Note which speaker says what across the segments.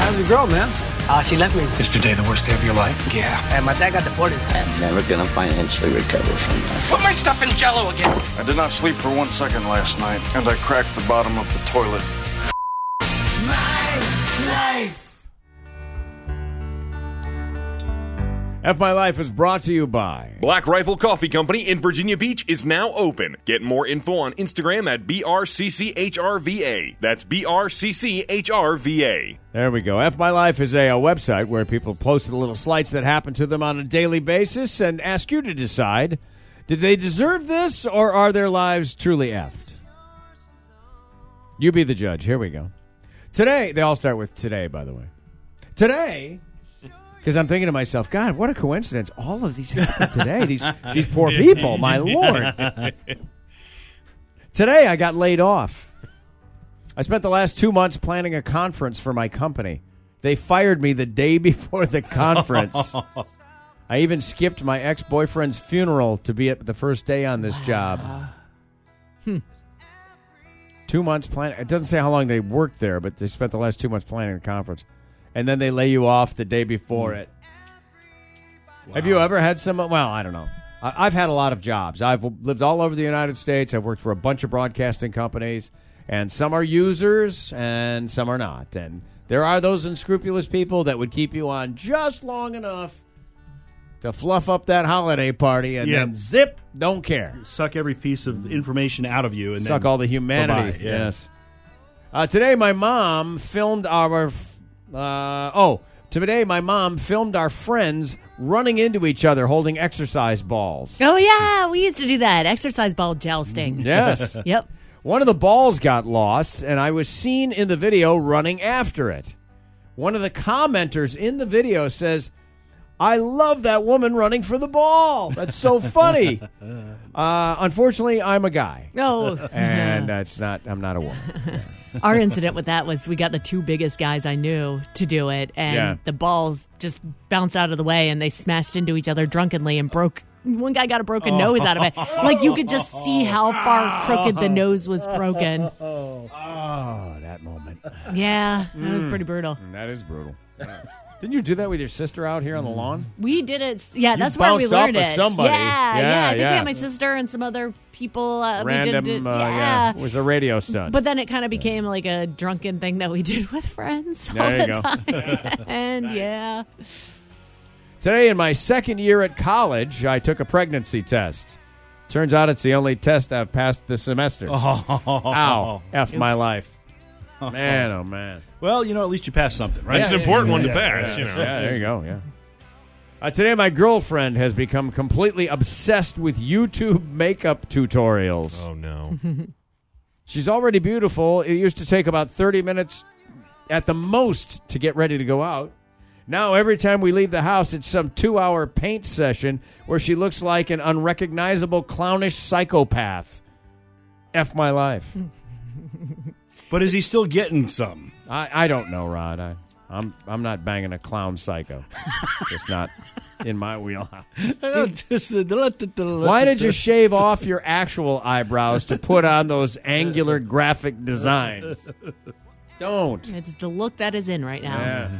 Speaker 1: How's your girl, man?
Speaker 2: Uh, she left me,
Speaker 3: Is today the worst day of your life? Yeah.
Speaker 2: and my dad got deported.
Speaker 4: I'm never gonna financially recover from this.
Speaker 5: Put my stuff in jello again.
Speaker 6: I did not sleep for one second last night, and I cracked the bottom of the toilet.
Speaker 7: F My Life is brought to you by.
Speaker 8: Black Rifle Coffee Company in Virginia Beach is now open. Get more info on Instagram at BRCCHRVA. That's BRCCHRVA.
Speaker 7: There we go. F My Life is a, a website where people post the little slights that happen to them on a daily basis and ask you to decide did they deserve this or are their lives truly effed? You be the judge. Here we go. Today, they all start with today, by the way. Today, because I'm thinking to myself, God, what a coincidence. All of these happened today. These, these poor people, my Lord. Today, I got laid off. I spent the last two months planning a conference for my company. They fired me the day before the conference. I even skipped my ex boyfriend's funeral to be at the first day on this job. Two months planning. It doesn't say how long they worked there, but they spent the last two months planning the conference. And then they lay you off the day before it. Have you ever had some? Well, I don't know. I, I've had a lot of jobs. I've lived all over the United States. I've worked for a bunch of broadcasting companies, and some are users and some are not. And there are those unscrupulous people that would keep you on just long enough to fluff up that holiday party and
Speaker 9: Yeah.
Speaker 7: then zip, don't care.
Speaker 9: Suck every piece of information out of you and
Speaker 7: Suck
Speaker 9: then,
Speaker 7: all the humanity.
Speaker 9: Bye-bye, yeah.
Speaker 7: Yes. Uh, today, my mom filmed our. f- Uh, oh, today my mom filmed our friends running into each other holding exercise balls.
Speaker 10: Oh yeah, we used to do that exercise ball
Speaker 7: Mm,
Speaker 10: jousting.
Speaker 7: Yes.
Speaker 10: Yep.
Speaker 7: One of the balls got lost, and I was seen in the video running after it. One of the commenters in the video says, I love that woman running for the ball. That's so funny. uh, unfortunately, I'm a guy,
Speaker 10: Oh,
Speaker 7: and uh, that's not. I'm not a woman.
Speaker 10: our incident with that was we got the two biggest guys I knew to do it, and
Speaker 7: Yeah.
Speaker 10: the balls just bounced out of the way, and they smashed into each other drunkenly and broke. One guy got a broken
Speaker 7: Oh.
Speaker 10: nose out of it. Like you could just see how far crooked the nose was broken.
Speaker 7: Oh, that moment. Mm.
Speaker 10: Yeah, that was pretty brutal.
Speaker 7: That is brutal. Didn't you do that with your sister out here on
Speaker 10: Mm.
Speaker 7: the lawn?
Speaker 10: We did it. Yeah, that's where
Speaker 7: bounced
Speaker 10: we
Speaker 7: off
Speaker 10: learned
Speaker 7: of
Speaker 10: it.
Speaker 7: somebody.
Speaker 10: Yeah, yeah,
Speaker 7: Yeah,
Speaker 10: I think
Speaker 7: yeah.
Speaker 10: we had my sister and some other people. Uh,
Speaker 7: Random.
Speaker 10: We did, did,
Speaker 7: uh,
Speaker 10: yeah.
Speaker 7: It was a radio stunt.
Speaker 10: But then it kind of became like a drunken thing that we did with friends all
Speaker 7: There you
Speaker 10: the
Speaker 7: go.
Speaker 10: time. and yeah.
Speaker 7: Today, in my second year at college, I took a pregnancy test. Turns out it's the only test I've passed this semester.
Speaker 10: Oh.
Speaker 7: Ow. F my life. Man, oh, man.
Speaker 9: Well, you know, at least you passed something, right?
Speaker 8: It's an important one to
Speaker 9: yeah,
Speaker 8: pass, you know.
Speaker 7: Yeah, there you go. Yeah. Uh, today, my girlfriend has become completely obsessed with YouTube makeup tutorials.
Speaker 8: Oh, no.
Speaker 7: She's already beautiful. It used to take about 30 minutes at the most to get ready to go out. Now, every time we leave the house, it's some two hour paint session where she looks like an unrecognizable, clownish psychopath. F my life.
Speaker 9: But is he still getting some?
Speaker 7: I, I don't know, Rod. I, I'm, I'm not banging a clown psycho. it's not in my wheelhouse.
Speaker 9: Oh,
Speaker 7: Why
Speaker 9: Why
Speaker 7: did you shave off your actual eyebrows to put on those angular graphic designs? Don't.
Speaker 10: It's the look that is in right now.
Speaker 7: Yeah.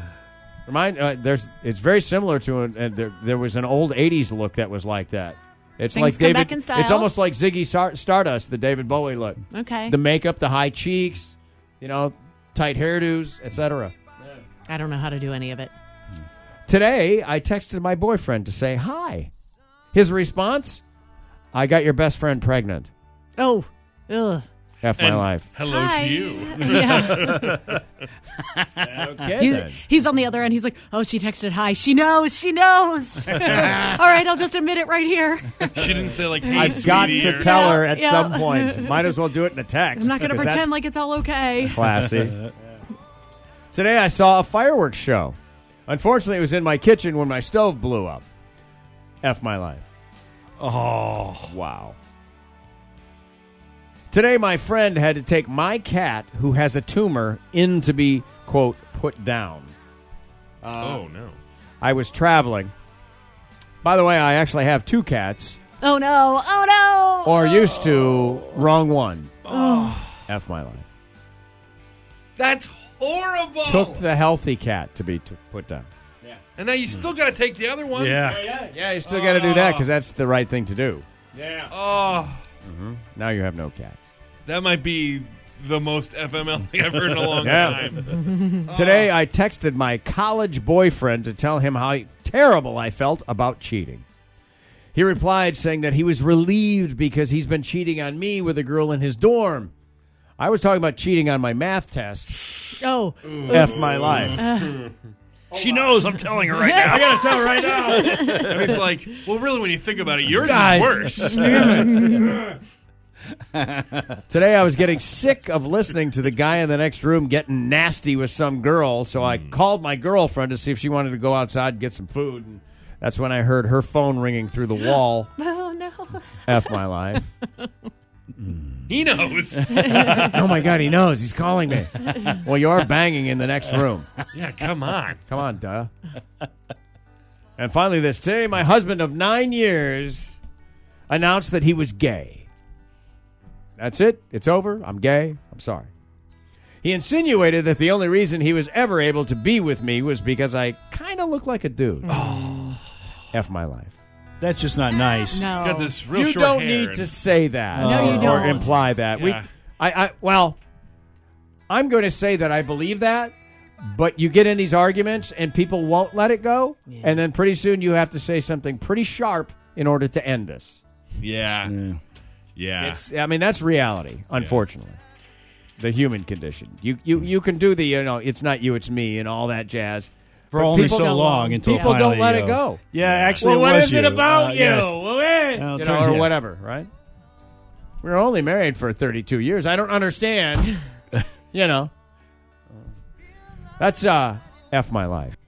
Speaker 7: Remind uh, there's it's very similar to an, and there, there was an old '80s look that was like that. It's
Speaker 10: Things
Speaker 7: like
Speaker 10: come
Speaker 7: David.
Speaker 10: back in style.
Speaker 7: It's almost like Ziggy Star- Stardust, the David Bowie look.
Speaker 10: Okay.
Speaker 7: The makeup, the high cheeks, you know, tight hairdos, etc.
Speaker 10: I don't know how to do any of it.
Speaker 7: Today, I texted my boyfriend to say hi. His response: "I got your best friend pregnant."
Speaker 10: Oh, ugh.
Speaker 7: F my life.
Speaker 8: Hello
Speaker 10: Hi.
Speaker 8: to you.
Speaker 10: Yeah.
Speaker 7: Okay. then.
Speaker 10: he's, he's on the other end. He's like, oh, she texted hi. She knows. She knows. All right, I'll just admit it right here.
Speaker 8: She didn't say, like, hey,
Speaker 7: I've got to tell her at
Speaker 10: Yeah.
Speaker 7: some point. Might as well do it in a text.
Speaker 10: I'm not going to
Speaker 7: because that's
Speaker 10: pretend like it's all okay.
Speaker 7: Classy. Today I saw a fireworks show. Unfortunately, it was in my kitchen when my stove blew up. F my life.
Speaker 9: Oh,
Speaker 7: Wow. Today, my friend had to take my cat, who has a tumor, in to be, quote, put down.
Speaker 8: Oh, no.
Speaker 7: I was traveling. By the way, I actually have two cats,
Speaker 10: Oh, no. Oh, no.
Speaker 7: or used to, wrong one. F my life.
Speaker 2: That's horrible.
Speaker 7: Took the healthy cat to be t- put down.
Speaker 2: and now you still got to take the other one.
Speaker 9: Yeah.
Speaker 7: Yeah, you still got to do that because that's the right thing to do. Mm-hmm.
Speaker 2: Oh,
Speaker 7: Now you have no cats.
Speaker 2: that might be the most FML thing I've heard in a long
Speaker 7: Yeah.
Speaker 2: time.
Speaker 7: Today, I texted my college boyfriend to tell him how terrible I felt about cheating. He replied saying that he was relieved because he's been cheating on me with a girl in his dorm. I was talking about cheating on my math test.
Speaker 10: Oh,
Speaker 7: F my life.
Speaker 9: She knows. I'm telling her right now.
Speaker 7: I gotta tell right now.
Speaker 2: And it's like, well, really, when you think about it, yours
Speaker 7: Guys.
Speaker 2: is worse.
Speaker 10: Oh,
Speaker 7: Today I was getting sick of listening to the guy in the next room getting nasty with some girl, so I called my girlfriend to see if she wanted to go outside and get some food. And that's when I heard her phone ringing through the wall.
Speaker 10: oh no.
Speaker 7: F my life.
Speaker 2: He knows.
Speaker 7: oh my god, he knows. He's calling me. well, you're banging in the next room.
Speaker 2: yeah, come on.
Speaker 7: Come on, duh. and finally, this today, my husband of nine years announced that he was gay. That's it. It's over. I'm gay. I'm sorry. He insinuated that the only reason he was ever able to be with me was because I kind of look like a dude. F my life.
Speaker 9: That's just not nice.
Speaker 10: No.
Speaker 2: Got this real
Speaker 7: you
Speaker 2: short
Speaker 7: don't
Speaker 2: hair
Speaker 7: need
Speaker 2: and-
Speaker 7: to say that.
Speaker 10: No, you
Speaker 7: or- Or
Speaker 10: don't.
Speaker 7: imply that. We,
Speaker 2: Yeah.
Speaker 7: I, I, well, I'm going to say that I believe that, but you get in these arguments and people won't let it go, and then pretty soon you have to say something pretty sharp in order to end this.
Speaker 2: Yeah. Yeah.
Speaker 7: It's, I mean, that's reality, unfortunately. The human condition. You, you, you can do the, you know, it's not you, it's me, and all that jazz.
Speaker 9: For
Speaker 7: But
Speaker 9: only
Speaker 7: people-
Speaker 9: so long until
Speaker 7: people
Speaker 9: finally,
Speaker 7: don't let it
Speaker 9: uh,
Speaker 7: go.
Speaker 9: Yeah, actually,
Speaker 7: well, what
Speaker 9: was
Speaker 7: is it
Speaker 9: you.
Speaker 7: about
Speaker 9: Uh,
Speaker 7: you?
Speaker 9: yes.
Speaker 7: Well, eh,
Speaker 9: I'll
Speaker 7: you know,
Speaker 9: turn
Speaker 7: or
Speaker 9: you.
Speaker 7: whatever, right? We were only married for 32 years. I don't understand. you know, that's uh, f my life.